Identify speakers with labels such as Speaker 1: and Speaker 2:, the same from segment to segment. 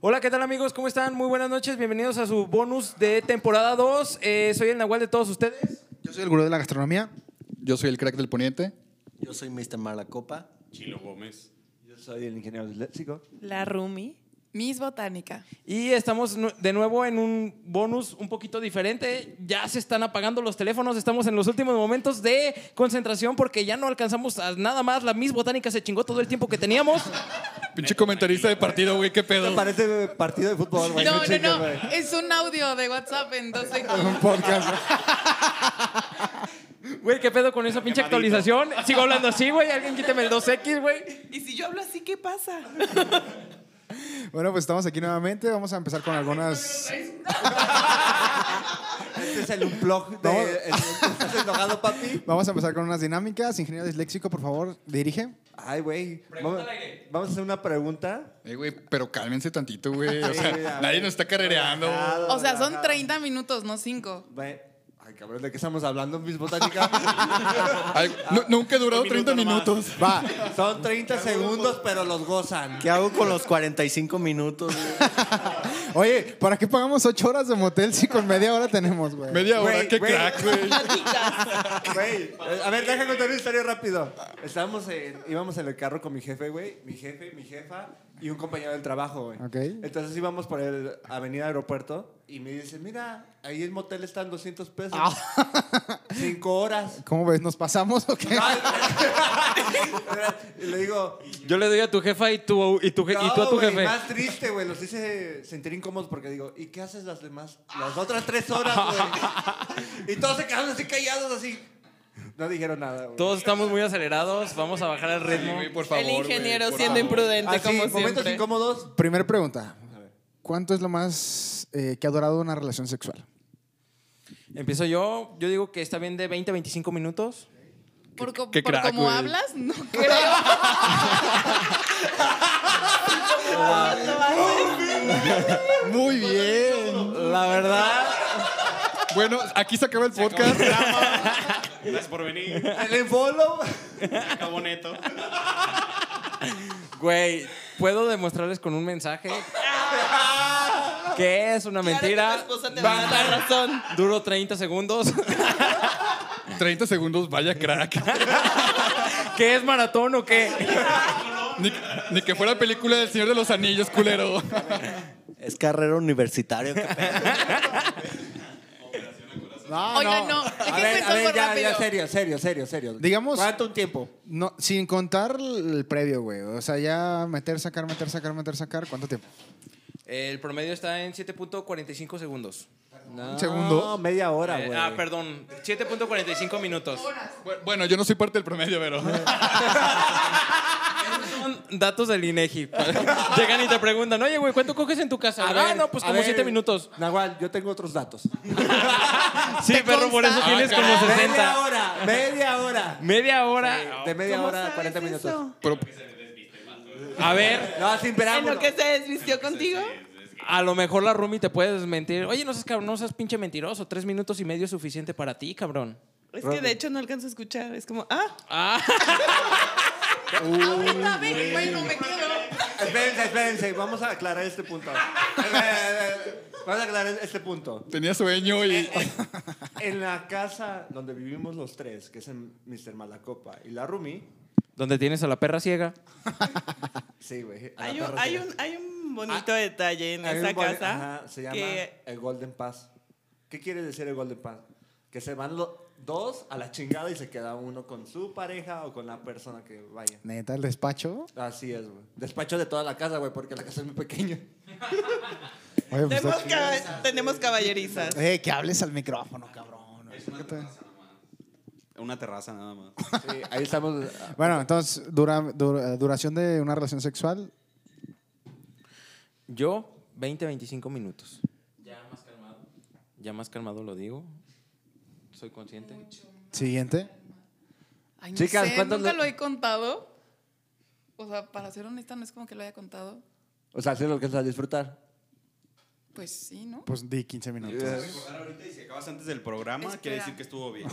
Speaker 1: Hola, ¿qué tal amigos? ¿Cómo están? Muy buenas noches. Bienvenidos a su bonus de temporada 2. Eh, soy el Nahual de todos ustedes.
Speaker 2: Yo soy el gurú de la gastronomía.
Speaker 3: Yo soy el crack del poniente.
Speaker 4: Yo soy Mr. Malacopa.
Speaker 5: Chilo Gómez.
Speaker 6: Yo soy el ingeniero del léxico.
Speaker 7: La Rumi. Miss Botánica.
Speaker 1: Y estamos nu- de nuevo en un bonus un poquito diferente. Ya se están apagando los teléfonos. Estamos en los últimos momentos de concentración porque ya no alcanzamos a nada más. La Miss Botánica se chingó todo el tiempo que teníamos.
Speaker 3: Pinche comentarista de partido, güey, qué pedo.
Speaker 6: Parece partido de fútbol, güey.
Speaker 7: No, no,
Speaker 6: chingues,
Speaker 7: no.
Speaker 6: güey.
Speaker 7: Es un audio de WhatsApp, entonces.
Speaker 2: Un podcast.
Speaker 1: Güey, ¿qué pedo con esa pinche
Speaker 5: Quemadito.
Speaker 1: actualización? Sigo hablando así, güey. Alguien quíteme el 2X, güey.
Speaker 7: Y si yo hablo así, ¿qué pasa?
Speaker 2: Bueno, pues estamos aquí nuevamente. Vamos a empezar con algunas.
Speaker 6: Este es el blog
Speaker 2: No.
Speaker 6: de. el- ¿Estás enojado, papi?
Speaker 2: Vamos a empezar con unas dinámicas. Ingeniero disléxico, por favor, dirige.
Speaker 6: Ay, güey. Vamos,
Speaker 1: Pregúntale.
Speaker 6: vamos a hacer una pregunta. Eh,
Speaker 3: Eh, güey, pero cálmense tantito, güey. O
Speaker 6: Sí, ya,
Speaker 3: sea, nadie
Speaker 6: güey.
Speaker 3: nos está carrereando.
Speaker 6: Relajado,
Speaker 7: O sea, son
Speaker 6: relajado.
Speaker 7: 30 minutos, no 5.
Speaker 6: Güey. Ay, cabrón, ¿de qué estamos hablando, mis botánicas?
Speaker 3: Ay, nu- nunca he durado
Speaker 5: Un
Speaker 3: 30
Speaker 5: minuto nomás.
Speaker 3: minutos.
Speaker 2: Va.
Speaker 6: son 30 segundos, pero los gozan.
Speaker 4: ¿Qué hago con los 45 minutos? güey?
Speaker 2: Oye, ¿para qué pagamos ocho horas de motel si con media hora tenemos, güey?
Speaker 3: Media hora,
Speaker 6: Güey,
Speaker 3: qué
Speaker 6: güey.
Speaker 3: crack, güey.
Speaker 6: Güey, eh, a ver, déjame contar una historia rápido. Estábamos en- íbamos en el carro con mi jefe, güey. Mi jefe, mi jefa y un compañero del trabajo, güey.
Speaker 2: Ok.
Speaker 6: Entonces íbamos por el avenida aeropuerto y me dice, mira, ahí el motel está en 200 pesos. Cinco horas.
Speaker 2: ¿Cómo ves? ¿Nos pasamos o qué?
Speaker 6: y le digo...
Speaker 1: Yo le doy a tu jefa y, tu, y, tu, je- y tú a
Speaker 6: "No,
Speaker 1: tu
Speaker 6: güey,
Speaker 1: jefe.
Speaker 6: más triste, güey. Los hice sentir incómodos porque digo, ¿y qué haces las demás? Las otras tres horas, güey. y todos se quedaron así callados, así. No dijeron nada, güey.
Speaker 1: Todos estamos muy acelerados. Vamos a bajar el ritmo.
Speaker 3: Güey, por favor.
Speaker 7: el ingeniero
Speaker 3: güey, por
Speaker 7: siendo
Speaker 3: favor.
Speaker 7: imprudente,
Speaker 6: Así,
Speaker 7: como
Speaker 6: Ah, momentos
Speaker 7: siempre.
Speaker 6: incómodos.
Speaker 2: Primera pregunta. ¿Cuánto es lo más eh, que ha durado una relación sexual?
Speaker 1: Empiezo yo. Yo digo que está bien de 20 a 25 minutos.
Speaker 7: Por, co-
Speaker 3: qué
Speaker 7: por
Speaker 3: crack,
Speaker 7: cómo
Speaker 3: güey.
Speaker 7: hablas, no creo.
Speaker 2: Muy bien.
Speaker 6: La verdad,
Speaker 3: Bueno, aquí se acaba el podcast.
Speaker 5: Gracias por venir.
Speaker 6: el follow.
Speaker 5: Acabó neto.
Speaker 1: Güey, ¿puedo demostrarles con un mensaje? que es una mentira. razón. Duró 30 segundos.
Speaker 3: 30 segundos, vaya crack.
Speaker 1: ¿Qué es maratón o qué?
Speaker 3: Ni, ni que fuera película del Señor de los Anillos, culero.
Speaker 4: Es carrera universitaria. qué pedo.
Speaker 2: No,
Speaker 7: Oigan, no.
Speaker 6: A
Speaker 7: Déjenme
Speaker 6: ver, a
Speaker 7: tomo
Speaker 6: ver, ya,
Speaker 7: rápido.
Speaker 6: ya, serio, serio, serio, serio.
Speaker 2: Digamos-
Speaker 6: ¿Cuánto un tiempo?
Speaker 2: No, sin contar el previo, güey. O sea, ya meter, sacar, meter, sacar, meter, sacar. ¿Cuánto tiempo?
Speaker 1: El promedio está en 7.45 segundos.
Speaker 6: No,
Speaker 2: segundo.
Speaker 6: media hora,
Speaker 1: Eh,
Speaker 6: güey.
Speaker 1: ah, perdón. 7.45 minutos.
Speaker 3: Bu- Bueno, yo no soy parte del promedio, pero.
Speaker 1: Son datos del INEGI. Llegan y te preguntan, oye, güey, ¿cuánto coges en tu casa?
Speaker 6: A
Speaker 1: ah,
Speaker 6: ver,
Speaker 1: no, pues
Speaker 6: a
Speaker 1: como
Speaker 6: ver,
Speaker 1: 7 minutos.
Speaker 6: Nahual, yo tengo otros datos.
Speaker 1: Sí,
Speaker 7: ¿Te
Speaker 1: perro, por eso
Speaker 7: consta?
Speaker 1: tienes
Speaker 3: Ah,
Speaker 1: como
Speaker 3: caray.
Speaker 1: 60.
Speaker 6: Media hora, media hora.
Speaker 1: Media hora.
Speaker 6: De media hora a 40 minutos.
Speaker 3: pero-
Speaker 1: A ver,
Speaker 6: No, sin
Speaker 7: ¿En
Speaker 6: verano.
Speaker 7: lo que se desvistió contigo?
Speaker 1: a lo mejor la Rumi te puede desmentir. Oye, no seas cabrón, no seas pinche mentiroso. Tres minutos y medio es suficiente para ti, cabrón.
Speaker 7: Es que de hecho no alcanzo a escuchar. Es como, ah. Ahorita ven, bueno, me quedo.
Speaker 6: Espérense, espérense. Vamos a aclarar este punto. Vamos a aclarar este punto.
Speaker 3: tenía sueño y.
Speaker 6: En la casa donde vivimos los tres, que es en Mr. Malacopa y la Rumi.
Speaker 1: Donde tienes a la perra ciega.
Speaker 6: Sí, güey. a la
Speaker 8: Hay un,
Speaker 6: perra
Speaker 8: hay,
Speaker 6: ciega.
Speaker 8: un, hay un bonito detalle en
Speaker 6: Hay un
Speaker 8: esa
Speaker 6: buen-
Speaker 8: casa.
Speaker 6: ajá, se llama
Speaker 8: que-
Speaker 6: el Golden Pass. ¿Qué quiere decir el Golden Pass? Que se van los dos a la chingada y se queda uno con su pareja o con la persona que vaya.
Speaker 2: Neta, el despacho.
Speaker 6: Así es, güey. Despacho de toda la casa, güey, porque la casa es muy pequeña.
Speaker 2: Oye, pues,
Speaker 8: tenemos,
Speaker 2: está
Speaker 8: caba- tenemos caballerizas.
Speaker 2: Eh, que hables al micrófono, cabrón.
Speaker 5: Una terraza nada más.
Speaker 6: Sí, ahí estamos.
Speaker 2: Bueno, entonces, dura, dura- duración de una relación sexual.
Speaker 1: Yo, 20, 25 minutos. Ya más calmado. Ya más calmado lo digo. Soy consciente.
Speaker 2: Siguiente.
Speaker 7: Ay, no
Speaker 6: Chicas,
Speaker 7: sé,
Speaker 6: ¿cuántos
Speaker 7: nunca
Speaker 6: le-
Speaker 7: lo he contado. O sea, para ser honesta, no es como que lo haya contado.
Speaker 6: O sea, si lo que a disfrutar.
Speaker 7: Pues sí, ¿no?
Speaker 2: Pues di 15 minutos.
Speaker 5: Recordar ahorita y si acabas antes del programa,
Speaker 7: Espera.
Speaker 5: quiere decir que estuvo bien.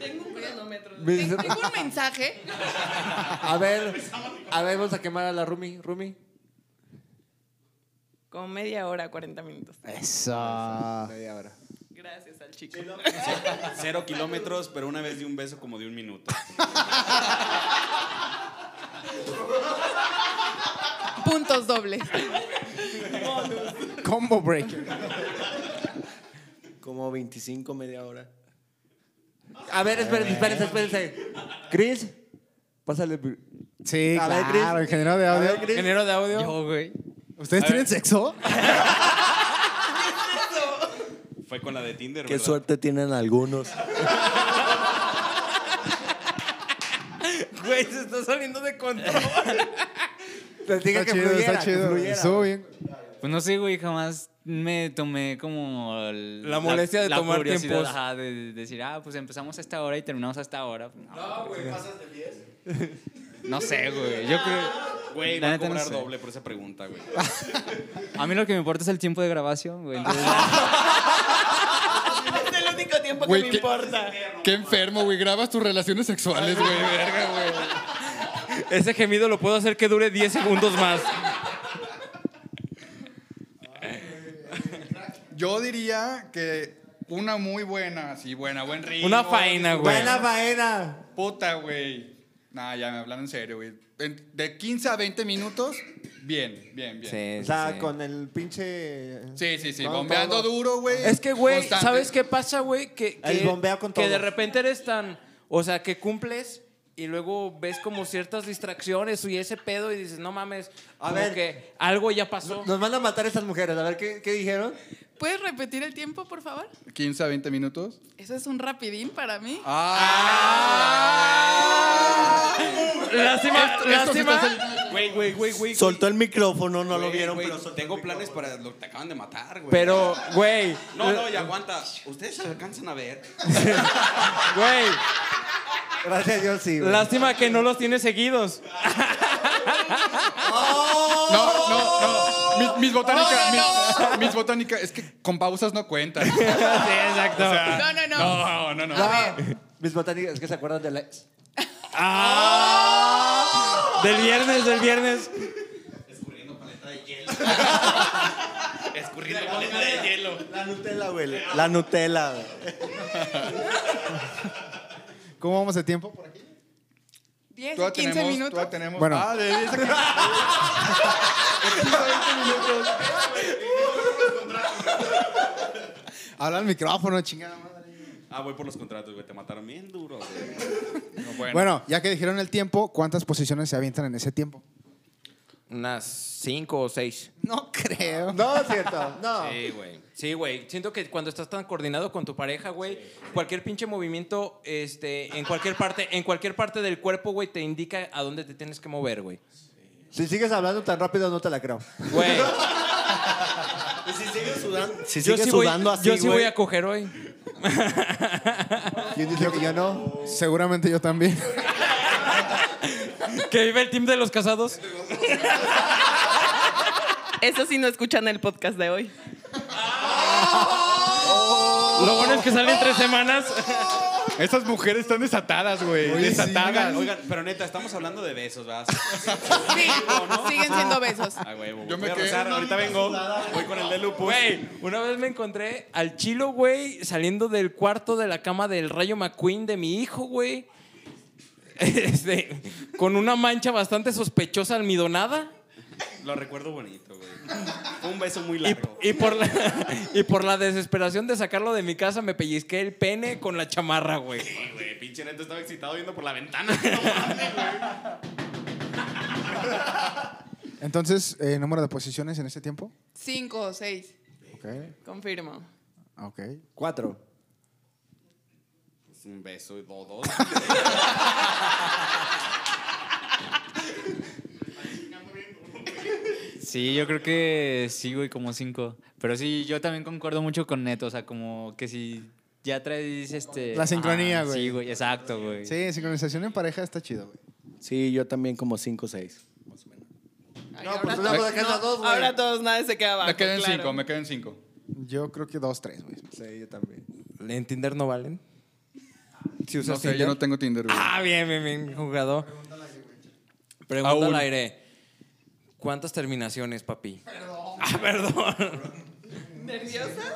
Speaker 8: Tengo un cronómetro.
Speaker 7: Ten- Tengo un mensaje.
Speaker 6: A ver, a ver, vamos a quemar a la Rumi. Rumi,
Speaker 8: Como media hora, 40 minutos.
Speaker 2: Eso.
Speaker 6: Media hora.
Speaker 8: Gracias al chico.
Speaker 5: Cero kilómetros, pero una vez di un beso como de un minuto.
Speaker 7: Puntos dobles.
Speaker 2: Combo breaker.
Speaker 4: Como 25, media hora.
Speaker 6: A ver, espérense, espérense, espérense. Chris, pásale.
Speaker 2: Sí,
Speaker 6: A ver, Chris.
Speaker 2: claro, ingeniero de
Speaker 6: A
Speaker 2: audio.
Speaker 6: ver, Chris.
Speaker 1: Género de audio.
Speaker 4: güey.
Speaker 2: ¿Ustedes tienen sexo?
Speaker 5: Fue con la de Tinder,
Speaker 4: Qué
Speaker 5: ¿verdad?
Speaker 4: suerte tienen algunos.
Speaker 1: Güey, se está saliendo de control.
Speaker 6: Les diga que fluyera, que fluyera.
Speaker 2: Estuvo bien.
Speaker 9: Pues no sé, güey, jamás me tomé como el-
Speaker 1: La molestia de tomar
Speaker 9: curiosidad,
Speaker 1: tiempos.
Speaker 9: ajá, de, de decir, ah, pues empezamos a esta hora y terminamos a esta hora. No,
Speaker 5: güey, pasas del 10.
Speaker 9: no sé, güey. Yo creo.
Speaker 5: Güey,
Speaker 9: La
Speaker 5: va a
Speaker 9: neta no
Speaker 5: cobrar
Speaker 9: sé.
Speaker 5: doble por esa pregunta, güey.
Speaker 9: A mí lo que me importa es el tiempo de grabación, güey. entonces-
Speaker 1: Ah,
Speaker 8: es el único tiempo que
Speaker 3: Güey,
Speaker 8: me
Speaker 3: qué-
Speaker 8: importa.
Speaker 3: Qué enfermo, güey. Grabas tus relaciones sexuales, güey. Verga, güey.
Speaker 1: Ese gemido lo puedo hacer que dure 10 segundos más.
Speaker 3: Yo diría que una muy buena, sí, buena, buen ritmo.
Speaker 1: Una faena, güey.
Speaker 6: Buena faena.
Speaker 3: Puta, güey. Nah, ya me hablan en serio, güey. En- De 15 a 20 minutos, bien, bien,
Speaker 1: Sí,
Speaker 3: bien.
Speaker 6: O sea, con el pinche.
Speaker 3: Sí, sí, sí.
Speaker 6: Con
Speaker 3: Bombeando
Speaker 6: todo.
Speaker 3: duro, güey.
Speaker 1: Es que, güey,
Speaker 3: Constante.
Speaker 1: ¿sabes qué pasa, güey? Que,
Speaker 6: El
Speaker 1: que-
Speaker 6: bombea con
Speaker 1: que
Speaker 6: todo.
Speaker 1: de repente eres tan. O sea, que cumples y luego ves como ciertas distracciones y ese pedo y dices, no mames,
Speaker 6: A
Speaker 1: como
Speaker 6: ver.
Speaker 1: que algo ya pasó.
Speaker 6: Nos van a matar estas mujeres. A ver, ¿qué, qué dijeron?
Speaker 7: ¿Puedes repetir el tiempo, por favor?
Speaker 3: 15 a 20 minutos.
Speaker 7: Eso es un rapidín para mí.
Speaker 1: Lástima, lástima.
Speaker 5: Güey, güey, güey, güey.
Speaker 4: Soltó el micrófono, no lo
Speaker 5: Güey,
Speaker 4: vieron,
Speaker 5: güey,
Speaker 4: pero soltó
Speaker 5: tengo planes para lo que te acaban de matar, güey.
Speaker 1: Pero, güey.
Speaker 5: No, no, ya aguanta. Ustedes se alcanzan a ver.
Speaker 1: Güey,
Speaker 6: Gracias a Dios, sí. güey.
Speaker 1: lástima que no los tienes seguidos.
Speaker 3: No, no, no. Mi- mis botánicas. mis, mis botánicas. Es que con pausas no cuentan.
Speaker 1: exacto.
Speaker 7: No, no,
Speaker 3: No,
Speaker 7: no.
Speaker 3: no, no.
Speaker 6: Ah, Mis botánicas, es que se acuerdan de la ex.
Speaker 1: Del viernes, del viernes.
Speaker 5: Escurriendo boleta de hielo.
Speaker 4: La Nutella, güey. La Nutella, güey.
Speaker 2: ¿Cómo vamos de tiempo por aquí?
Speaker 7: 10,
Speaker 3: Todavía
Speaker 7: 15
Speaker 3: tenemos,
Speaker 7: minutos.
Speaker 3: todavía tenemos.
Speaker 2: Bueno.
Speaker 3: Ah, de 10 a 15 minutos.
Speaker 2: Habla al micrófono, chingada madre.
Speaker 5: Ah, voy por los contratos, güey. Te mataron bien duro, güey.
Speaker 3: No, bueno.
Speaker 2: Bueno, ya que dijeron el tiempo, ¿cuántas posiciones se avientan en ese tiempo?
Speaker 1: Unas cinco o seis.
Speaker 2: No creo.
Speaker 6: No, es cierto. No.
Speaker 1: Sí, güey. Sí, güey. Siento que cuando estás tan coordinado con tu pareja, güey, cualquier pinche movimiento, este, en cualquier parte, en cualquier parte del cuerpo, güey, te indica a dónde te tienes que mover, güey.
Speaker 6: Si sigues hablando tan rápido, no te la creo.
Speaker 1: Güey,
Speaker 4: Si sigue sudando, si
Speaker 1: yo
Speaker 4: sigue
Speaker 1: sí voy,
Speaker 4: sudando así,
Speaker 1: yo sí
Speaker 4: güey,
Speaker 1: voy a coger hoy.
Speaker 6: ¿Quién dice que yo no?
Speaker 2: Seguramente yo también.
Speaker 1: Que vive el team de los casados.
Speaker 8: Eso sí no escuchan el podcast de hoy.
Speaker 1: Lo bueno es que salen tres semanas.
Speaker 3: Esas mujeres están desatadas, güey. desatadas.
Speaker 5: Oigan, oigan, pero neta, estamos hablando de besos, ¿verdad?
Speaker 7: Sí, siguen siendo besos.
Speaker 5: Ah, güey, güey.
Speaker 3: Yo me
Speaker 5: voy a
Speaker 3: quedé
Speaker 5: rezar,
Speaker 3: en una
Speaker 5: ahorita vengo. Voy con el de lupus.
Speaker 1: Güey, una vez me encontré al chilo, güey, saliendo del cuarto de la cama del Rayo McQueen de mi hijo, güey. Este, con una mancha bastante sospechosa almidonada.
Speaker 5: Lo recuerdo bonito, güey. Fue un beso muy
Speaker 1: Y,
Speaker 5: largo.
Speaker 1: y por la, y por la desesperación de sacarlo de mi casa, me pellizqué el pene con la chamarra, güey.
Speaker 5: Sí, güey, pinche neto estaba excitado viendo por la ventana. No mames, güey.
Speaker 2: Entonces, eh, número de posiciones en ese tiempo.
Speaker 7: 5 o 6,
Speaker 2: Ok.
Speaker 7: confirmo.
Speaker 2: Ok.
Speaker 6: Cuatro.
Speaker 5: Es un beso y dos, dos.
Speaker 9: Sí, yo creo que sí, güey, como cinco. Pero sí, yo también concuerdo mucho con Neto, o sea, como que si ya traes este...
Speaker 2: La sincronía,
Speaker 9: Ah,
Speaker 2: güey.
Speaker 9: Sí, güey, exacto, güey.
Speaker 2: Sí, sincronización en pareja está chido, güey.
Speaker 4: Sí, yo también como 5 o 6.
Speaker 7: Ay,
Speaker 6: No,
Speaker 7: ahora
Speaker 6: pues una
Speaker 7: todos-
Speaker 6: cosa que es las dos, güey.
Speaker 8: Ahora todos nadie se queda abajo.
Speaker 3: Me quedan
Speaker 8: claro.
Speaker 3: cinco, me quedan cinco.
Speaker 2: Yo creo que dos, tres, güey.
Speaker 6: Sí, yo también.
Speaker 1: ¿En Tinder no valen? Si
Speaker 3: No sé, yo no tengo Tinder, güey.
Speaker 1: Ah, bien, bien, bien, jugador. Pregunta al aire. ¿Cuántas terminaciones, papi? Ah, perdón.
Speaker 8: ¿Nerviosas?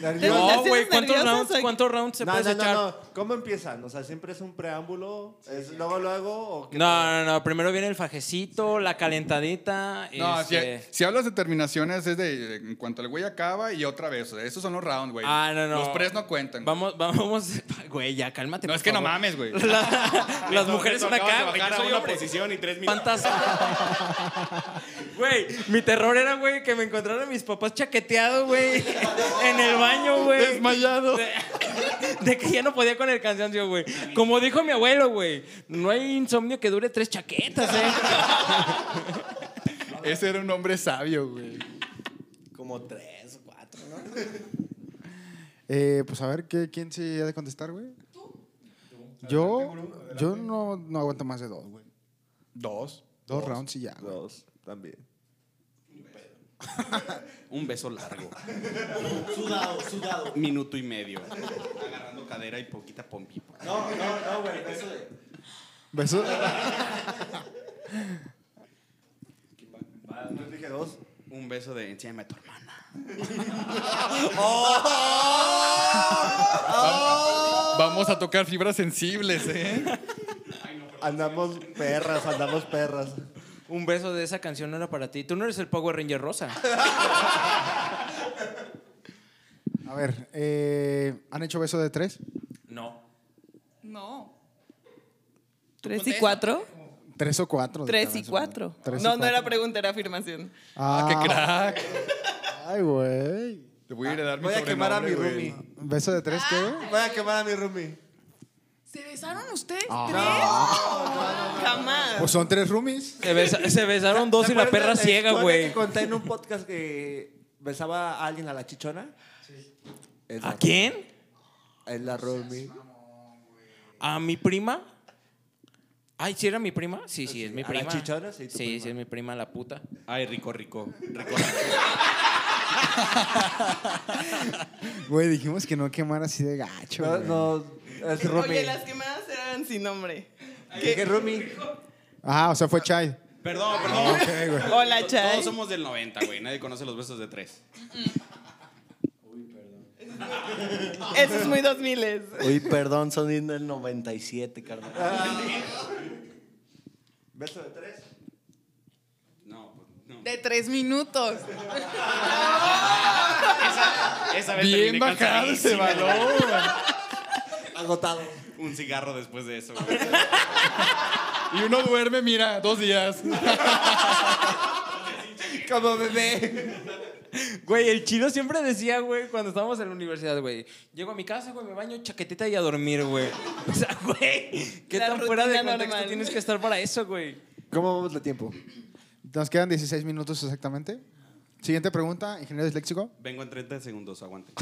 Speaker 6: Nervioso.
Speaker 1: No,
Speaker 8: ¿Estás
Speaker 1: güey, ¿cuántos
Speaker 8: nerviosa,
Speaker 1: rounds,
Speaker 8: soy?
Speaker 1: cuántos rounds se
Speaker 6: No,
Speaker 1: puede
Speaker 6: no, no,
Speaker 1: echar? No.
Speaker 6: no. ¿Cómo empiezan? O sea, siempre es un preámbulo. ¿Es luego, luego? ¿O qué?
Speaker 1: No, no, primero viene el fajecito, la calentadita.
Speaker 3: No,
Speaker 1: este-
Speaker 3: si, si hablas de terminaciones es de, de- en cuanto el güey acaba y otra vez. O sea, esos son los rounds, güey.
Speaker 1: Ah, no, no.
Speaker 3: Los pres no cuentan. güey.
Speaker 1: Vamos, vamos. Güey, ya, cálmate.
Speaker 3: No,
Speaker 1: por
Speaker 3: es que no
Speaker 1: favor.
Speaker 3: mames, güey.
Speaker 1: La- las mujeres son acá, güey.
Speaker 5: Bajar
Speaker 1: yo
Speaker 5: a
Speaker 1: soy
Speaker 5: una
Speaker 1: hombre.
Speaker 5: posición y tres minutos.
Speaker 1: Fantasma. Güey, mi terror era, güey, que me encontraran mis papás chaqueteado, güey, en el baño, güey. Desmayado. De, de que ya no podía con el cansancio, güey. Como dijo mi abuelo, güey, no hay insomnio que dure tres chaquetas, ¿eh?
Speaker 3: Ese era un hombre sabio, güey.
Speaker 4: Como tres o cuatro, ¿no?
Speaker 2: Eh, pues a ver, ¿qué, ¿quién se ha de contestar, güey? Yo, yo no, no aguanto más de dos, güey.
Speaker 3: Dos.
Speaker 2: Dos, rounds y ya. güey.
Speaker 6: Dos, también.
Speaker 5: Un beso largo.
Speaker 4: Sudado, sudado.
Speaker 5: Minuto y medio. Agarrando cadera y poquita pompipa.
Speaker 4: No, no, no, güey. Eso de.
Speaker 2: Beso.
Speaker 6: Yo dije dos.
Speaker 5: Un beso de enséñame a tu hermana.
Speaker 3: Vamos a tocar fibras sensibles, ¿eh?
Speaker 6: Andamos perras, andamos perras.
Speaker 1: Un beso de esa canción no era para ti. Tú no eres el Power Ranger rosa.
Speaker 2: A ver, eh, ¿han hecho beso de tres?
Speaker 1: No.
Speaker 7: No.
Speaker 8: ¿Tres y cuatro?
Speaker 2: Tres o cuatro. de
Speaker 8: Tres
Speaker 2: cada
Speaker 8: y
Speaker 2: vez,
Speaker 8: cuatro.
Speaker 2: güey. Pues, Tres y
Speaker 8: No, no
Speaker 2: cuatro.
Speaker 8: era pregunta, era afirmación.
Speaker 2: Ah,
Speaker 3: ¡Qué crack!
Speaker 2: Ay, güey.
Speaker 3: Te voy a heredar mi
Speaker 6: Voy a quemar a mi
Speaker 3: sobrenombre, güey.
Speaker 6: roomie.
Speaker 2: ¿Beso de tres qué, güey?
Speaker 6: Voy a quemar a mi roomie.
Speaker 7: ¿Se besaron ustedes
Speaker 8: Jamás.
Speaker 2: Pues son tres roomies.
Speaker 1: Se, besa- se besaron dos y la
Speaker 6: ¿Recuerdas
Speaker 1: perra ciega,
Speaker 6: historia
Speaker 1: güey.
Speaker 6: que conté en un podcast que besaba a alguien a la chichona? Sí.
Speaker 1: ¿A quién?
Speaker 6: Es la roomie.
Speaker 1: ¿A mi prima? Ay, ¿sí era mi prima? Sí, sí, es mi
Speaker 6: ¿A la
Speaker 1: prima.
Speaker 6: chichona? Sí, tu
Speaker 1: sí,
Speaker 6: prima.
Speaker 1: sí, es mi prima, la puta.
Speaker 5: Ay, rico, rico. rico.
Speaker 2: Güey, dijimos que no quemar así de gacho.
Speaker 6: No,
Speaker 2: güey.
Speaker 6: no, es roomie.
Speaker 8: Oye, las quemadas eran sin nombre.
Speaker 6: Dije roomie.
Speaker 2: Ah, o sea, fue Chai.
Speaker 5: Perdón, perdón.
Speaker 8: Hola,
Speaker 5: To-
Speaker 8: Chay.
Speaker 5: Todos somos del 90, güey. Nadie conoce los besos de tres.
Speaker 8: Eso es muy dos miles.
Speaker 4: Uy, perdón, son del 97, carnal.
Speaker 6: Beso de tres.
Speaker 5: No, pues, no.
Speaker 7: de tres minutos?
Speaker 5: Esa vez
Speaker 3: Bien
Speaker 5: terminé
Speaker 3: bajado ese
Speaker 5: cansadísimo.
Speaker 3: valor.
Speaker 6: Agotado.
Speaker 5: Un cigarro después de eso, güey.
Speaker 3: Y uno duerme, mira, dos días.
Speaker 6: Como bebé.
Speaker 1: Güey, el chido siempre decía, güey, cuando estábamos en la universidad, güey, llego a mi casa, güey, me baño, chaquetita y a dormir, güey. O sea, güey, ¿qué
Speaker 8: La
Speaker 1: tan fuera de
Speaker 8: rutina
Speaker 1: contexto
Speaker 8: normal.
Speaker 1: tienes que estar para eso, güey?
Speaker 6: ¿Cómo vamos de tiempo?
Speaker 2: Nos quedan 16 minutos exactamente. Siguiente pregunta, ingeniero disléxico.
Speaker 5: Vengo en 30 segundos, aguante.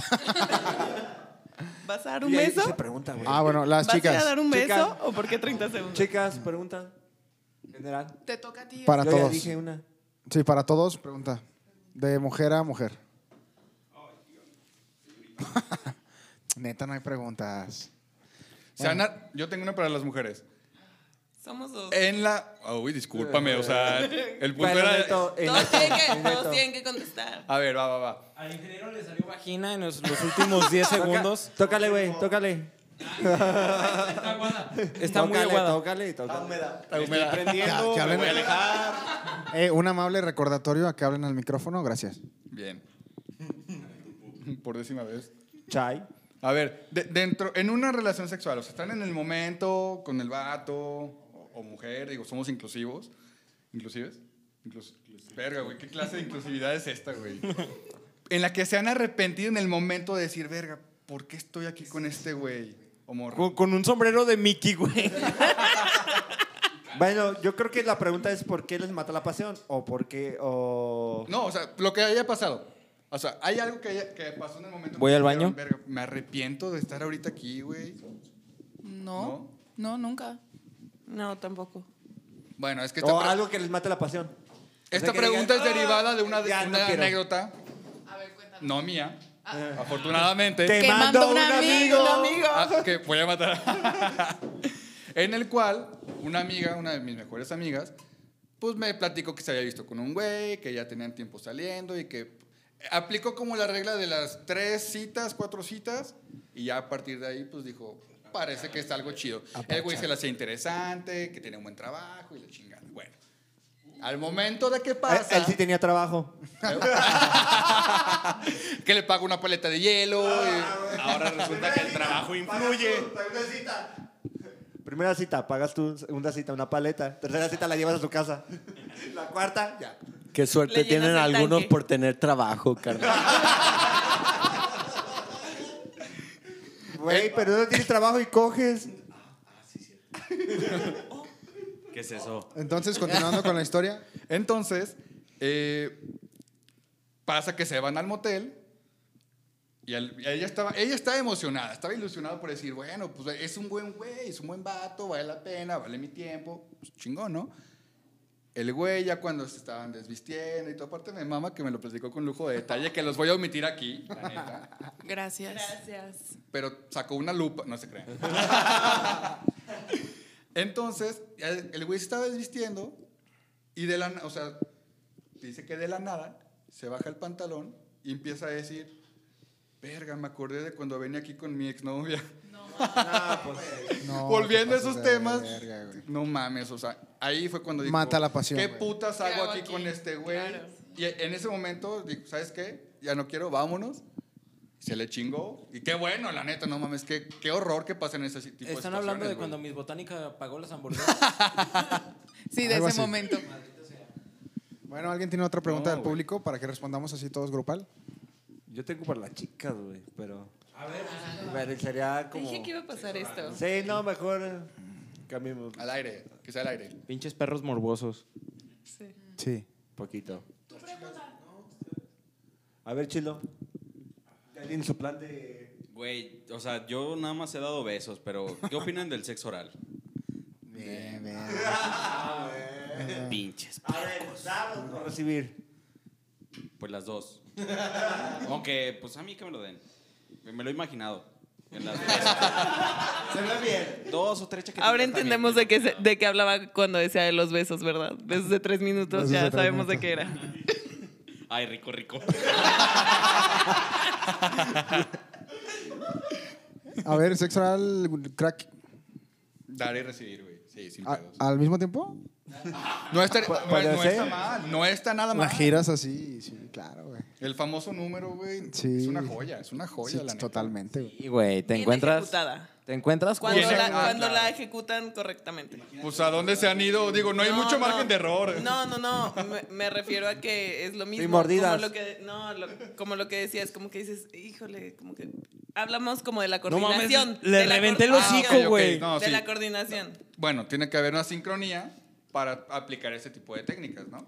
Speaker 8: ¿Vas a dar un beso?
Speaker 6: Se pregunta, güey.
Speaker 2: Ah, bueno, las
Speaker 8: ¿Vas a ir a
Speaker 2: chicas.
Speaker 8: dar un
Speaker 6: Chicas.
Speaker 8: beso o por qué 30 segundos?
Speaker 6: Chicas, pregunta. General.
Speaker 7: Te toca a ti.
Speaker 2: Para
Speaker 6: Yo ya
Speaker 2: todos.
Speaker 6: dije una.
Speaker 2: Sí, para todos, pregunta. De mujer a mujer. Neta, no hay preguntas.
Speaker 3: Se han ar- yo tengo una para las mujeres.
Speaker 8: Somos dos.
Speaker 3: En la. Ah, Uy, discúlpame, o sea, el punto
Speaker 6: Bueno,
Speaker 3: era.
Speaker 6: Neto, eh,
Speaker 8: Todos tienen que,
Speaker 6: Neto.
Speaker 8: todos tienen que contestar.
Speaker 3: A ver, va, va, va.
Speaker 1: Al ingeniero le salió vagina en los, los últimos 10 segundos.
Speaker 6: Tócale, güey, tócale.
Speaker 1: Está aguada. Está muy
Speaker 6: Tócale,
Speaker 1: aguada.
Speaker 6: Tócale, tócale.
Speaker 3: Ay, me da-
Speaker 5: Prendiendo,
Speaker 2: que
Speaker 5: me
Speaker 2: hablen-
Speaker 5: voy a alejar.
Speaker 2: Eh, un amable recordatorio a que hablen al micrófono, gracias.
Speaker 3: Bien. Por décima vez.
Speaker 6: Chai.
Speaker 3: A ver, de- dentro, en una relación sexual, o sea, están en el momento con el vato o, o mujer, digo, somos inclusivos. ¿Inclusives? Inclus- verga, güey, ¿qué clase de inclusividad es esta, güey? En la que se han arrepentido en el momento de decir, verga, ¿por qué estoy aquí con este güey? O morra.
Speaker 1: Con, con un sombrero de Mickey, güey.
Speaker 6: Bueno, yo creo que la pregunta es por qué les mata la pasión o por qué o
Speaker 3: No, o sea, lo que haya pasado. O sea, hay algo que, haya- que pasó en el momento.
Speaker 1: Voy
Speaker 3: que
Speaker 1: al baño.
Speaker 3: dijeron, "Verga, me arrepiento de estar ahorita aquí, güey.
Speaker 7: No. No, nunca.
Speaker 8: No, tampoco.
Speaker 3: Bueno, es que esta,
Speaker 6: o
Speaker 3: pre-
Speaker 6: algo que les mata la pasión.
Speaker 3: esta
Speaker 6: sea, que
Speaker 3: pregunta
Speaker 6: digan, "Ah,
Speaker 3: es derivada de una,
Speaker 6: ya no
Speaker 3: una
Speaker 6: quiero".
Speaker 3: anécdota,
Speaker 7: A ver, cuéntame.
Speaker 3: no mía, afortunadamente.
Speaker 6: Te
Speaker 7: mando
Speaker 6: mando
Speaker 7: un
Speaker 6: un
Speaker 7: amigo.
Speaker 6: amigo. Eh,
Speaker 7: Un amigo.
Speaker 3: Ah, que voy a matar. en el cual una amiga, una de mis mejores amigas, pues me platicó que se había visto con un güey, que ya tenían tiempo saliendo y que aplicó como la regla de las tres citas, cuatro citas, y ya a partir de ahí, pues dijo, parece que está algo chido. El güey se le hacía interesante, que tenía un buen trabajo y la chingada. Bueno, al momento de que
Speaker 6: Él,
Speaker 3: pasa,
Speaker 6: él sí tenía trabajo.
Speaker 3: que le pago una paleta de hielo. y-
Speaker 5: Ahora resulta que el trabajo influye.
Speaker 6: Primera cita, pagas tú. Segunda cita, una paleta. Tercera cita, la llevas a su casa. La cuarta, ya.
Speaker 4: Qué suerte
Speaker 8: Le llenas
Speaker 4: tienen
Speaker 8: el
Speaker 4: algunos
Speaker 8: tanque.
Speaker 4: por tener trabajo, carnal.
Speaker 3: Eh,
Speaker 6: Güey, pero no tienes trabajo y coges.
Speaker 5: ¿Qué es eso?
Speaker 2: Entonces, continuando con la historia,
Speaker 3: Entonces, eh, pasa que se van al motel y, al- y ella, estaba, ella estaba emocionada, estaba ilusionada por decir, bueno, pues es un buen güey, es un buen vato, vale la pena, vale mi tiempo, pues chingón, ¿no? El güey ya cuando se estaban desvistiendo y todo, aparte mi mamá que me lo platicó con lujo de detalle, que los voy a omitir aquí, la neta,
Speaker 7: Gracias.
Speaker 8: Gracias.
Speaker 3: pero sacó una lupa, no se crean. Entonces, el el güey se estaba desvistiendo y de la, na- o sea, dice que de la nada se baja el pantalón y empieza a decir, verga, me acordé de cuando venía aquí con mi exnovia.
Speaker 2: no,
Speaker 3: Volviendo a
Speaker 2: te
Speaker 3: esos
Speaker 2: pasas de
Speaker 3: temas,
Speaker 2: verga, güey.
Speaker 3: no mames, o sea, ahí fue cuando dijo,
Speaker 2: Mata la pasión,
Speaker 3: ¿Qué
Speaker 2: güey.
Speaker 3: putas
Speaker 7: ¿Qué
Speaker 3: hago
Speaker 7: hago
Speaker 3: aquí,
Speaker 7: aquí?
Speaker 3: con este güey?
Speaker 7: Claro.
Speaker 3: Y en ese momento dijo, ¿sabes qué? Ya no quiero, vámonos. Se le chingó. Y qué bueno, la neta, no mames, qué, qué horror que pasen ese tipo de
Speaker 1: Están
Speaker 3: situaciones,
Speaker 1: hablando de
Speaker 3: güey.
Speaker 1: cuando Miss Botánica pagó las hamburguesas.
Speaker 7: Sí, de
Speaker 2: Algo
Speaker 7: ese
Speaker 2: así.
Speaker 7: momento.
Speaker 2: Bueno, ¿alguien tiene otra pregunta
Speaker 3: No,
Speaker 2: del
Speaker 3: güey.
Speaker 2: público para que respondamos así todos grupal?
Speaker 6: Yo tengo para las chicas, güey, pero. A ver, pues, sería
Speaker 8: Te
Speaker 6: como.
Speaker 8: Ah, Dije que iba a pasar esto.
Speaker 6: Sí, no, mejor. eh, Cambiemos
Speaker 3: Al aire, que sea al aire.
Speaker 1: Pinches perros morbosos.
Speaker 8: Sí.
Speaker 2: Sí.
Speaker 6: poquito. A ver, Chilo. ¿Alguien su plan de.?
Speaker 5: Güey, o sea, yo nada más he dado besos, pero ¿qué opinan del sexo oral?
Speaker 2: Bien, bien.
Speaker 5: Pinches.
Speaker 6: A ver, daros por recibir.
Speaker 5: Pues las dos. Aunque, pues a mí que me lo den. Me me lo he imaginado. En las dos,
Speaker 4: Se ve bien.
Speaker 5: dos o tres chaquetas.
Speaker 8: Ahora
Speaker 1: pues,
Speaker 8: entendemos de qué, se- de qué hablaba cuando decía de los besos, ¿verdad? Besos de tres minutos,
Speaker 2: Besos de
Speaker 8: ya
Speaker 2: tres
Speaker 8: sabemos
Speaker 2: minutos.
Speaker 8: de qué era.
Speaker 5: Ay, rico, rico.
Speaker 2: A ver, sexo oral, crack.
Speaker 3: Dar y recibir, güey. Sí, sin
Speaker 2: ¿A-
Speaker 3: pedos.
Speaker 2: ¿Al mismo tiempo?
Speaker 3: No está,
Speaker 2: pues,
Speaker 6: Pa-
Speaker 3: no, no
Speaker 6: parece-
Speaker 3: está mal, Ah, no está nada mal.
Speaker 2: Las giras así, sí, claro, güey.
Speaker 3: El famoso número, güey.
Speaker 2: Sí.
Speaker 3: Es una joya, es una joya,
Speaker 2: Sí,
Speaker 3: la neta.
Speaker 2: totalmente, güey.
Speaker 1: Y, güey, te
Speaker 8: Bien
Speaker 1: encuentras.
Speaker 8: ejecutada.
Speaker 1: Te encuentras con.
Speaker 8: Cuando,
Speaker 3: Bien
Speaker 8: la,
Speaker 3: ejecutada. Ah,
Speaker 8: cuando la ejecutan correctamente.
Speaker 3: Pues a dónde se han ido, digo, no hay mucho margen de error.
Speaker 8: No, no, no. Me, me refiero a que es lo mismo.
Speaker 6: mordidas.
Speaker 8: Como lo que, no, lo- como lo que decías, como que dices, híjole, como que. Hablamos como de la
Speaker 1: No mames,
Speaker 8: coordinación.
Speaker 1: le
Speaker 8: de la
Speaker 1: reventé el
Speaker 8: coordinación.
Speaker 1: hocico,
Speaker 3: ok,
Speaker 1: güey.
Speaker 3: no,
Speaker 8: de
Speaker 3: sí.
Speaker 8: la coordinación.
Speaker 3: Bueno, tiene que haber una sincronía para aplicar ese tipo de técnicas, ¿no?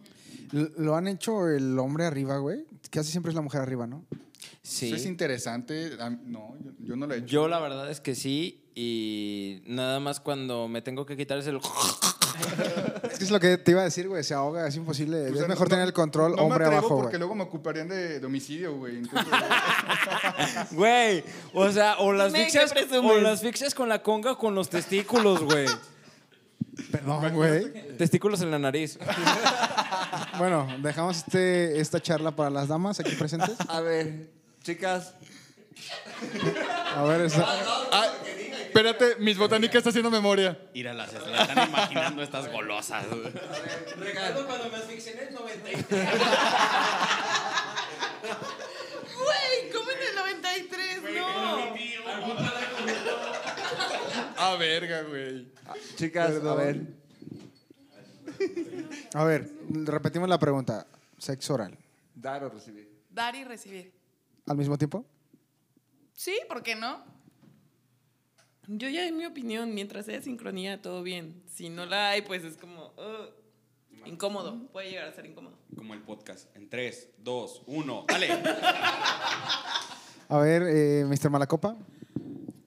Speaker 2: L- Lo han hecho el hombre arriba, güey. Casi siempre es la mujer arriba, ¿no?
Speaker 3: Eso es
Speaker 1: Sí.
Speaker 3: interesante. A mí- No, yo, yo no lo he hecho.
Speaker 1: Yo la verdad es que sí. Y nada más cuando me tengo que quitar es el.
Speaker 2: Es que es lo que te iba a decir, güey. Se ahoga, es imposible.
Speaker 3: Pues, O
Speaker 2: es
Speaker 3: sea,
Speaker 2: mejor
Speaker 3: no-
Speaker 2: tener el control
Speaker 3: no
Speaker 2: hombre
Speaker 3: me atrevo
Speaker 2: abajo,
Speaker 3: porque
Speaker 2: güey.
Speaker 3: luego me ocuparían de, de homicidio, güey. Entonces,
Speaker 1: Güey. O sea, o las
Speaker 8: Dime, ¿qué
Speaker 1: fixias. O
Speaker 8: presumes?
Speaker 1: las fixias con la conga o con los testículos, güey.
Speaker 2: Perdón, güey.
Speaker 1: testículos en la nariz.
Speaker 2: Bueno, dejamos este, esta charla para las damas aquí presentes.
Speaker 6: A ver, chicas.
Speaker 2: A ver, esa-
Speaker 3: Ah, espérate, mis botánicas está haciendo memoria.
Speaker 5: Ir a las se la están imaginando estas golosas.
Speaker 8: Güey, ¿cómo en el 93? No.
Speaker 3: Ah, verga, güey.
Speaker 6: Chicas,
Speaker 2: Perdón.
Speaker 6: a ver.
Speaker 2: a ver, repetimos la pregunta. Sexo oral.
Speaker 6: Dar o recibir.
Speaker 7: Dar y recibir.
Speaker 2: ¿Al mismo tiempo?
Speaker 7: Sí, ¿por qué no?
Speaker 8: Yo ya en mi opinión, mientras haya sincronía, todo bien. Si no la hay, pues es como. uh, incómodo. Puede llegar a ser incómodo.
Speaker 5: Como el podcast. En tres, dos, uno. Dale.
Speaker 2: A ver, eh, Mr. Malacopa.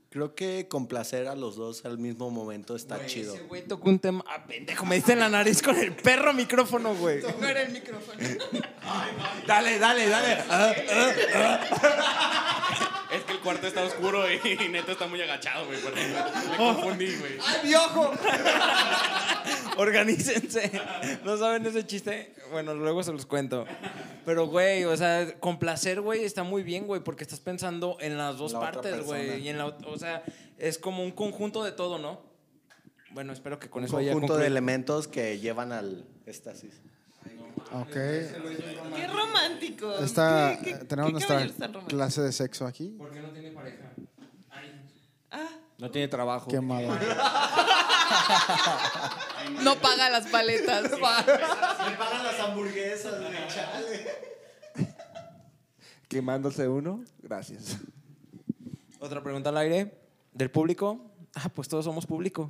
Speaker 4: Creo que complacer a los dos al mismo momento está chido.
Speaker 1: Ese güey tocó un tema. Ah, pendejo, me diste en la nariz con el perro micrófono, güey.
Speaker 7: Tocar el micrófono.
Speaker 4: Dale, dale, dale. Ah, ah.
Speaker 5: Es que el cuarto está oscuro y, Oh. y Neto está muy agachado, güey. por eso Me confundí, güey.
Speaker 6: ¡Ay, mi ojo!
Speaker 1: Organícense. ¿No saben ese chiste? Bueno, luego se los cuento. Pero, güey, o sea, complacer, güey, está muy bien, güey, porque estás pensando en las dos
Speaker 4: La otra
Speaker 1: partes, güey.
Speaker 4: persona.
Speaker 1: Y en la, ot- o sea, es como un conjunto de todo, ¿no? Bueno, espero que con
Speaker 4: Un
Speaker 1: eso haya
Speaker 4: conjunto de
Speaker 1: concluido.
Speaker 4: elementos que llevan al éxtasis.
Speaker 2: Ok.
Speaker 8: Qué romántico.
Speaker 2: Está, eh,
Speaker 8: Qué- qué-
Speaker 2: tenemos
Speaker 8: qué
Speaker 2: nuestra
Speaker 8: caballeros tan románticos.
Speaker 2: clase de sexo aquí.
Speaker 1: ¿Por qué no tiene pareja? Ay.
Speaker 6: No tiene trabajo.
Speaker 2: Quemado.
Speaker 7: No paga las paletas.
Speaker 4: Me pagan las hamburguesas, güey, chale.
Speaker 6: Quemándose uno. Gracias.
Speaker 1: Otra pregunta al aire del público. Ah, pues todos somos público.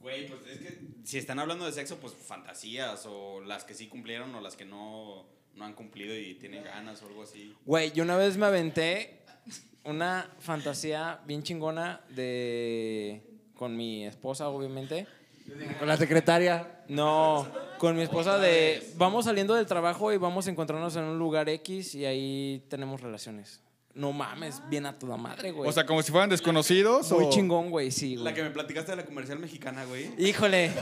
Speaker 5: Güey, pues es que si están hablando de sexo, pues fantasías o las que sí cumplieron o las que no, no han cumplido y tienen ganas o algo así.
Speaker 1: Güey, yo una vez me aventé una fantasía bien chingona de. con mi esposa, obviamente.
Speaker 6: Con la secretaria.
Speaker 1: No, con mi esposa de. Vamos saliendo del trabajo y vamos a encontrarnos en un lugar X y ahí tenemos relaciones. No mames, bien a toda madre, güey.
Speaker 3: O sea, como si fueran desconocidos.
Speaker 1: muy
Speaker 3: o-
Speaker 1: chingón, güey, sí,
Speaker 5: La
Speaker 1: güey.
Speaker 5: que me platicaste de la comercial mexicana, güey.
Speaker 1: Híjole.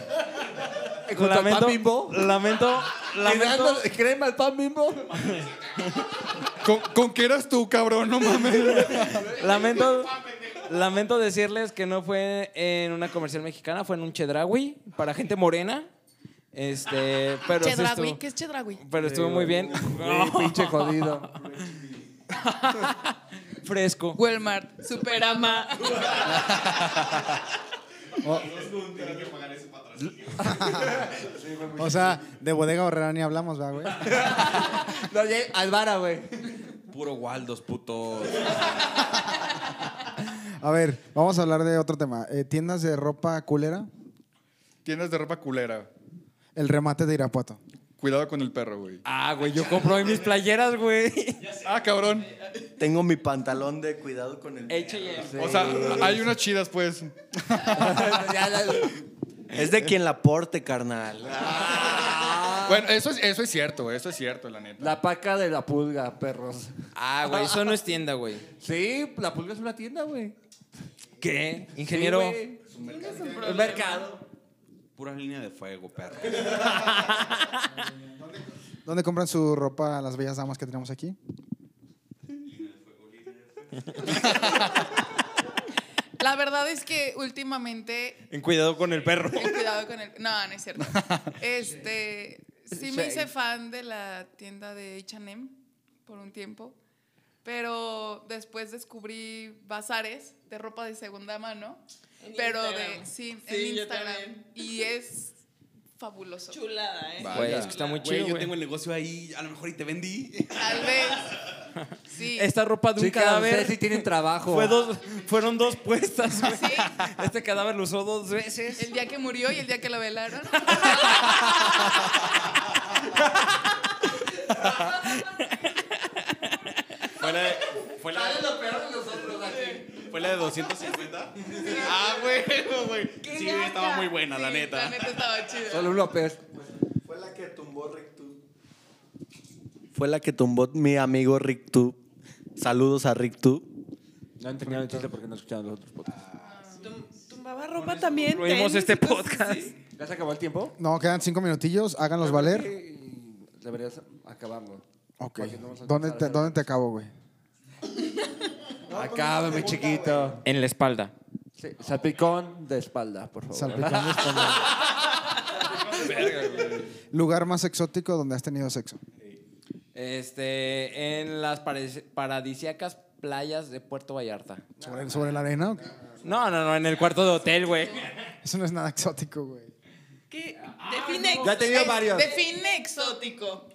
Speaker 6: ¿Con el pan
Speaker 1: Lamento,
Speaker 6: bimbo?
Speaker 1: lamento, lamento.
Speaker 6: Quemando- ¿Crema al pan bimbo?
Speaker 3: ¿Con, con qué eras tú, cabrón? No mames.
Speaker 1: Lamento, lamento decirles que no fue en una comercial mexicana, fue en un chedrawi para gente morena. Este, pero sí
Speaker 7: Chedragui,
Speaker 1: estuvo-
Speaker 7: ¿qué es Chedragui?
Speaker 1: pero estuvo muy bien.
Speaker 6: Sí, pinche jodido.
Speaker 1: Fresco.
Speaker 7: Walmart, Superama.
Speaker 2: O sea, de bodega horrera ni hablamos, ¿verdad, güey?
Speaker 6: No, ya- Alvara, güey.
Speaker 5: Puro Waldos, putos.
Speaker 2: A ver, vamos a hablar de otro tema. Eh, tiendas de ropa culera.
Speaker 3: Tiendas de ropa culera.
Speaker 2: El remate de Irapuato.
Speaker 3: Cuidado con el perro, güey.
Speaker 1: Ah, güey, yo compro ahí mis playeras, güey.
Speaker 3: Ah, cabrón.
Speaker 4: Tengo mi pantalón de cuidado con el.
Speaker 1: H&M.
Speaker 3: O sea, hay unas chidas, pues.
Speaker 6: Ya la-
Speaker 4: Es de quien la porte, carnal.
Speaker 3: Ah. Bueno, eso es, eso es cierto, eso es cierto, la neta.
Speaker 6: La paca de la pulga, perros.
Speaker 1: Ah, güey, eso no es tienda, güey.
Speaker 6: Sí, la pulga es una tienda, güey.
Speaker 1: ¿Qué? Ingeniero.
Speaker 6: Sí, güey. El mercado.
Speaker 5: Pura línea de fuego, perro.
Speaker 2: ¿Dónde compran su ropa las bellas damas que tenemos aquí?
Speaker 7: La verdad es que últimamente
Speaker 1: en cuidado con el perro.
Speaker 7: Ten cuidado con el. No, no es cierto. Este. Sí me hice fan de la tienda de HM por un tiempo. Pero después descubrí bazares de ropa de segunda mano.
Speaker 8: En
Speaker 7: pero de.
Speaker 8: Instagram.
Speaker 7: Sí,
Speaker 8: Sí,
Speaker 7: en
Speaker 8: yo
Speaker 7: Instagram.
Speaker 8: también.
Speaker 7: Y es fabuloso.
Speaker 8: Chulada, ¿eh?
Speaker 1: Güey, es que está muy
Speaker 5: Güey,
Speaker 1: chido,
Speaker 5: yo tengo
Speaker 1: güey.
Speaker 5: el negocio ahí, a lo mejor y te vendí.
Speaker 7: Tal vez. Sí.
Speaker 1: Esta ropa de un
Speaker 6: Chicas, ustedes
Speaker 1: cadáver
Speaker 6: sí tienen trabajo.
Speaker 1: fue dos, fueron dos puestas, güey.
Speaker 7: Sí.
Speaker 1: Este cadáver lo usó dos veces.
Speaker 7: El día que murió y el día que lo velaron.
Speaker 5: Fue la de. Fue la de Fue la de 250. ah, güey, güey. Sí, estaba muy buena, la
Speaker 7: Sí, La
Speaker 5: neta.
Speaker 7: neta estaba chida.
Speaker 6: Solo un López.
Speaker 4: Fue la que tumbó Rictu. Fue la que tumbó mi amigo Rictu. Saludos a Rictu.
Speaker 6: No entendieron el chiste porque no escucharon los otros podcasts.
Speaker 8: Tum- tumbaba ropa también.
Speaker 1: Incluimos
Speaker 8: tenis pues,
Speaker 1: este
Speaker 8: y cosas
Speaker 1: podcast.
Speaker 8: así.
Speaker 6: ¿Ya se acabó el tiempo?
Speaker 2: No, quedan cinco minutillos, háganlos valer.
Speaker 6: Sí, Deberías acabarlo.
Speaker 2: Ok.
Speaker 6: Porque no vamos a
Speaker 2: ¿Dónde
Speaker 6: alcanzar
Speaker 2: te,
Speaker 6: a-
Speaker 2: ¿Dónde te acabo, güey?
Speaker 6: Acábame, chiquito.
Speaker 1: En la espalda.
Speaker 6: Sí, salpicón de espalda, por favor.
Speaker 2: Salpicando espalda. Lugar más exótico donde has tenido sexo.
Speaker 1: Este, en las pare- paradisíacas playas de Puerto Vallarta.
Speaker 2: ¿Sobre, sobre la arena? ¿o qué?
Speaker 1: No, no, no, en el cuarto de hotel, güey.
Speaker 2: Eso no es nada exótico, güey.
Speaker 8: ¿Qué? Define
Speaker 6: Ya he tenido varios.
Speaker 7: Ah, Define exótico.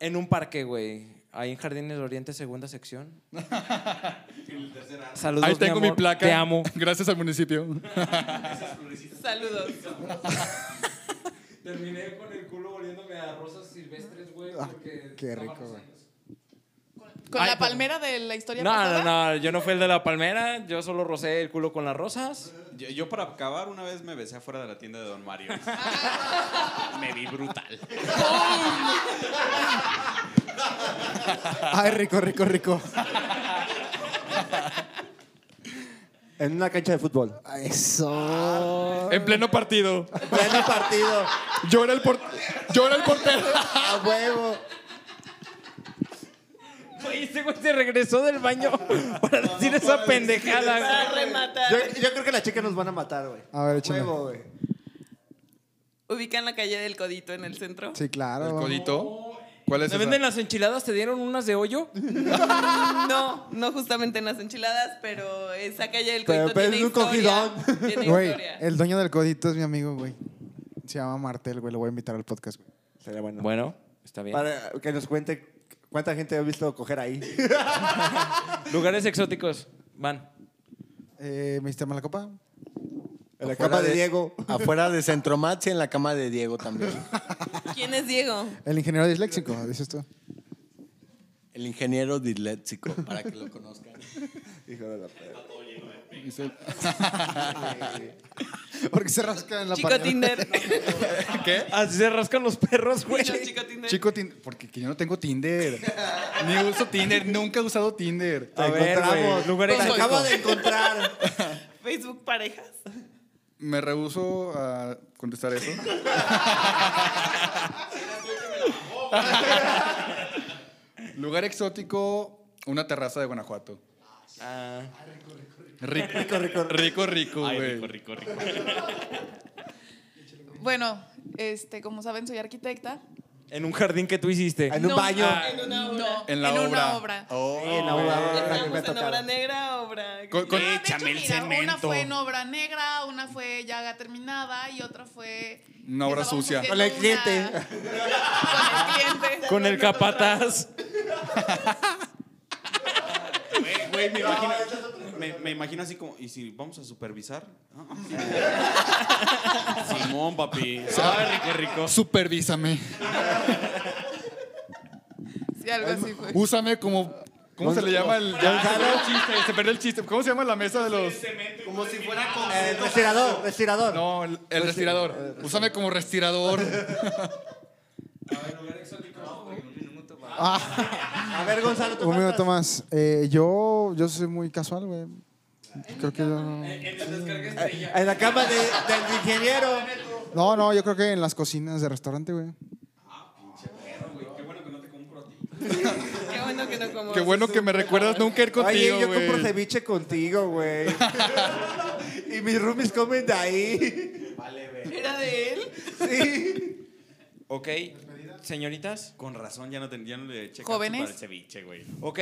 Speaker 1: En un parque, güey. Ahí en Jardines de Oriente, segunda sección. Saludos,
Speaker 3: Ahí tengo mi,
Speaker 1: amor.
Speaker 3: placa.
Speaker 1: Te amo.
Speaker 3: Gracias al municipio.
Speaker 8: Saludos.
Speaker 1: Terminé con el culo volviéndome a rosas silvestres, güey.
Speaker 2: Ah, qué rico, güey.
Speaker 7: Con
Speaker 1: Ay,
Speaker 7: la
Speaker 1: pero-
Speaker 7: palmera de la historia
Speaker 1: No,
Speaker 7: pasada.
Speaker 1: no, no, yo no fui el de la palmera, yo solo rosé el culo con las rosas.
Speaker 5: Yo, yo para acabar una vez me besé afuera de la tienda de Don Mario. me vi brutal.
Speaker 2: Ay, rico, rico, rico.
Speaker 6: En una cancha de fútbol.
Speaker 2: Eso.
Speaker 3: En pleno partido.
Speaker 6: En el partido.
Speaker 3: Yo era el, por- yo era el portero.
Speaker 6: A huevo.
Speaker 1: Oye, ese güey se regresó del baño para decir esa pendejada.
Speaker 8: Para rematar.
Speaker 6: Yo, yo creo que las chicas nos van a matar, güey.
Speaker 2: A ver, échale.
Speaker 6: huevo, güey.
Speaker 8: Ubican la calle del Codito en el centro.
Speaker 2: Sí, claro.
Speaker 3: ¿El
Speaker 2: vamos.
Speaker 3: codito? ¿Cuál es
Speaker 1: ¿Te
Speaker 3: esa?
Speaker 1: venden las enchiladas? ¿Te dieron unas de hoyo?
Speaker 8: No, no justamente en las enchiladas, pero esa calle del
Speaker 6: Pero-
Speaker 8: Codito
Speaker 6: pero
Speaker 8: tiene
Speaker 6: es un
Speaker 8: historia.
Speaker 6: cogidón.
Speaker 8: Tiene
Speaker 2: Güey,
Speaker 8: historia.
Speaker 2: el dueño del codito es mi amigo, güey. Se llama Martel, güey. Lo voy a invitar al podcast, güey.
Speaker 6: Sería bueno.
Speaker 1: Bueno, está bien.
Speaker 6: Para que nos cuente cuánta gente ha visto coger ahí.
Speaker 1: Lugares exóticos. Van.
Speaker 2: Eh, Mr. Malacopa.
Speaker 6: En la
Speaker 4: Afuera
Speaker 6: cama de, Diego.
Speaker 4: Afuera de Centromat y en la cama de Diego también.
Speaker 8: ¿Quién es Diego?
Speaker 2: El ingeniero disléxico, dices tú.
Speaker 4: El ingeniero disléxico, para que lo conozcan.
Speaker 6: Hijo de la perra.
Speaker 2: Porque se rasca en la
Speaker 8: Chico
Speaker 2: pared.
Speaker 8: Tinder.
Speaker 3: ¿Qué?
Speaker 1: Así se rascan los perros, güey.
Speaker 8: Bueno, Chico Tinder.
Speaker 3: Chico Tinder. Porque que yo no tengo Tinder. Ni uso Tinder. Nunca he usado Tinder.
Speaker 1: A ver, güey, lugar
Speaker 6: Te
Speaker 1: exótico.
Speaker 6: acabo de encontrar.
Speaker 8: Facebook parejas.
Speaker 3: Me rehuso a contestar eso. Lugar exótico, una terraza de Guanajuato. Rico, rico, rico, Ah. rico, güey.
Speaker 7: Bueno, este, como saben, soy arquitecta.
Speaker 1: En un jardín que tú hiciste.
Speaker 6: En un
Speaker 7: No.
Speaker 6: baño.
Speaker 7: Ah,
Speaker 8: En una obra.
Speaker 7: No,
Speaker 3: En la
Speaker 7: en
Speaker 3: obra. Oh.
Speaker 7: una
Speaker 6: Sí,
Speaker 7: obra.
Speaker 6: en la obra que
Speaker 8: Estamos
Speaker 6: me ha
Speaker 8: en obra
Speaker 6: tocado.
Speaker 8: negra, obra.
Speaker 3: Con- con-
Speaker 7: No, Ah, de hecho, mira, una fue en obra negra, una fue ya terminada y otra fue...
Speaker 3: Una obra
Speaker 7: estábamos
Speaker 3: sucia.
Speaker 7: haciendo
Speaker 6: Con el cliente.
Speaker 7: una- Con el cliente.
Speaker 1: Con el capataz.
Speaker 5: Güey, güey, me imagino, me, me imagino así como, ¿y si vamos a supervisar? Ah. Simón, papi. Ay, qué rico.
Speaker 3: Oh. Supervísame.
Speaker 7: Sí, algo así fue.
Speaker 3: Úsame como. ¿Cómo se le llama el.? Pues. ya se perdió el chiste, se perdió el chiste. ¿Cómo se llama la mesa de los.?
Speaker 5: Como si fuera con...
Speaker 6: El Eh, respirador, respirador.
Speaker 3: No, el, el respirador. Úsame como respirador.
Speaker 6: A ver, Gonzalo, tú
Speaker 2: Un
Speaker 6: faltas.
Speaker 2: minuto más. Eh, yo, yo soy muy casual, güey. Creo que yo no.
Speaker 6: Eh, En la cama de- del ingeniero.
Speaker 2: No, no, yo creo que en las cocinas de restaurante, güey.
Speaker 8: Qué bueno que no como.
Speaker 3: Qué bueno que me recuerdas nunca ir contigo.
Speaker 6: Oye, yo
Speaker 3: güey.
Speaker 6: compro ceviche contigo, güey. y mis roomies comen de ahí.
Speaker 8: ¿Era de él?
Speaker 6: Sí.
Speaker 1: Ok. Señoritas.
Speaker 5: Con razón, ya no, ten- ya no le eché
Speaker 7: Jóvenes.
Speaker 5: para el ceviche, güey.
Speaker 1: Ok.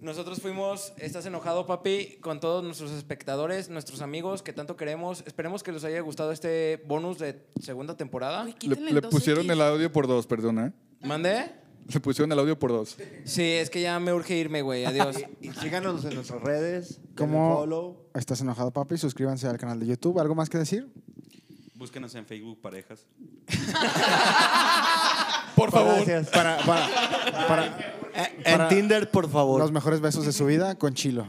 Speaker 1: Nosotros fuimos. Estás enojado, papi. Con todos nuestros espectadores, nuestros amigos que tanto queremos. Esperemos que les haya gustado este bonus de segunda temporada.
Speaker 7: Ay, quítenle
Speaker 3: Le, le
Speaker 7: dos
Speaker 3: pusieron
Speaker 7: X.
Speaker 3: el audio por dos, perdona. ¿eh?
Speaker 1: ¿Mande?
Speaker 3: Le pusieron el audio por dos.
Speaker 1: Sí, es que ya me urge irme, güey. Adiós.
Speaker 6: Y síganos en nuestras redes. denle
Speaker 2: ¿Cómo
Speaker 6: follow.
Speaker 2: estás enojado, papi? Suscríbanse al canal de YouTube. ¿Algo más que decir?
Speaker 5: Búsquenos en Facebook parejas.
Speaker 3: Por favor.
Speaker 6: Gracias.
Speaker 2: Para, para, para
Speaker 4: En Tinder, por favor.
Speaker 2: los mejores besos de su vida con Chilo.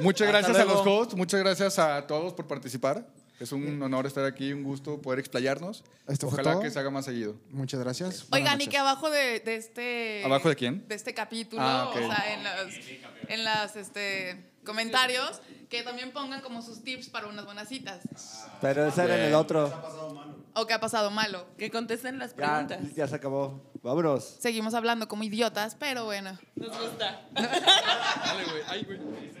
Speaker 3: Muchas
Speaker 1: Hasta
Speaker 3: gracias a los
Speaker 1: luego.
Speaker 3: hosts, muchas gracias a todos por participar. Es un honor estar aquí, un gusto poder explayarnos.
Speaker 2: Esto fue
Speaker 3: Ojalá
Speaker 2: todo.
Speaker 3: que se haga más seguido.
Speaker 2: Muchas gracias. Buenas
Speaker 7: Oigan, y
Speaker 2: noches.
Speaker 7: que abajo de, de este...
Speaker 3: ¿Abajo de quién?
Speaker 7: De este capítulo,
Speaker 3: Ah, ok.
Speaker 7: o sea, en las, en las este, comentarios, que también pongan como sus tips para unas buenas citas.
Speaker 6: Pero ese era en el otro.
Speaker 7: O qué ha pasado malo.
Speaker 8: Que contesten las
Speaker 6: Ya,
Speaker 8: preguntas.
Speaker 6: ya se acabó. Vámonos.
Speaker 7: Seguimos hablando como idiotas, pero bueno.
Speaker 8: Nos gusta.
Speaker 3: Dale, güey. Ay, güey.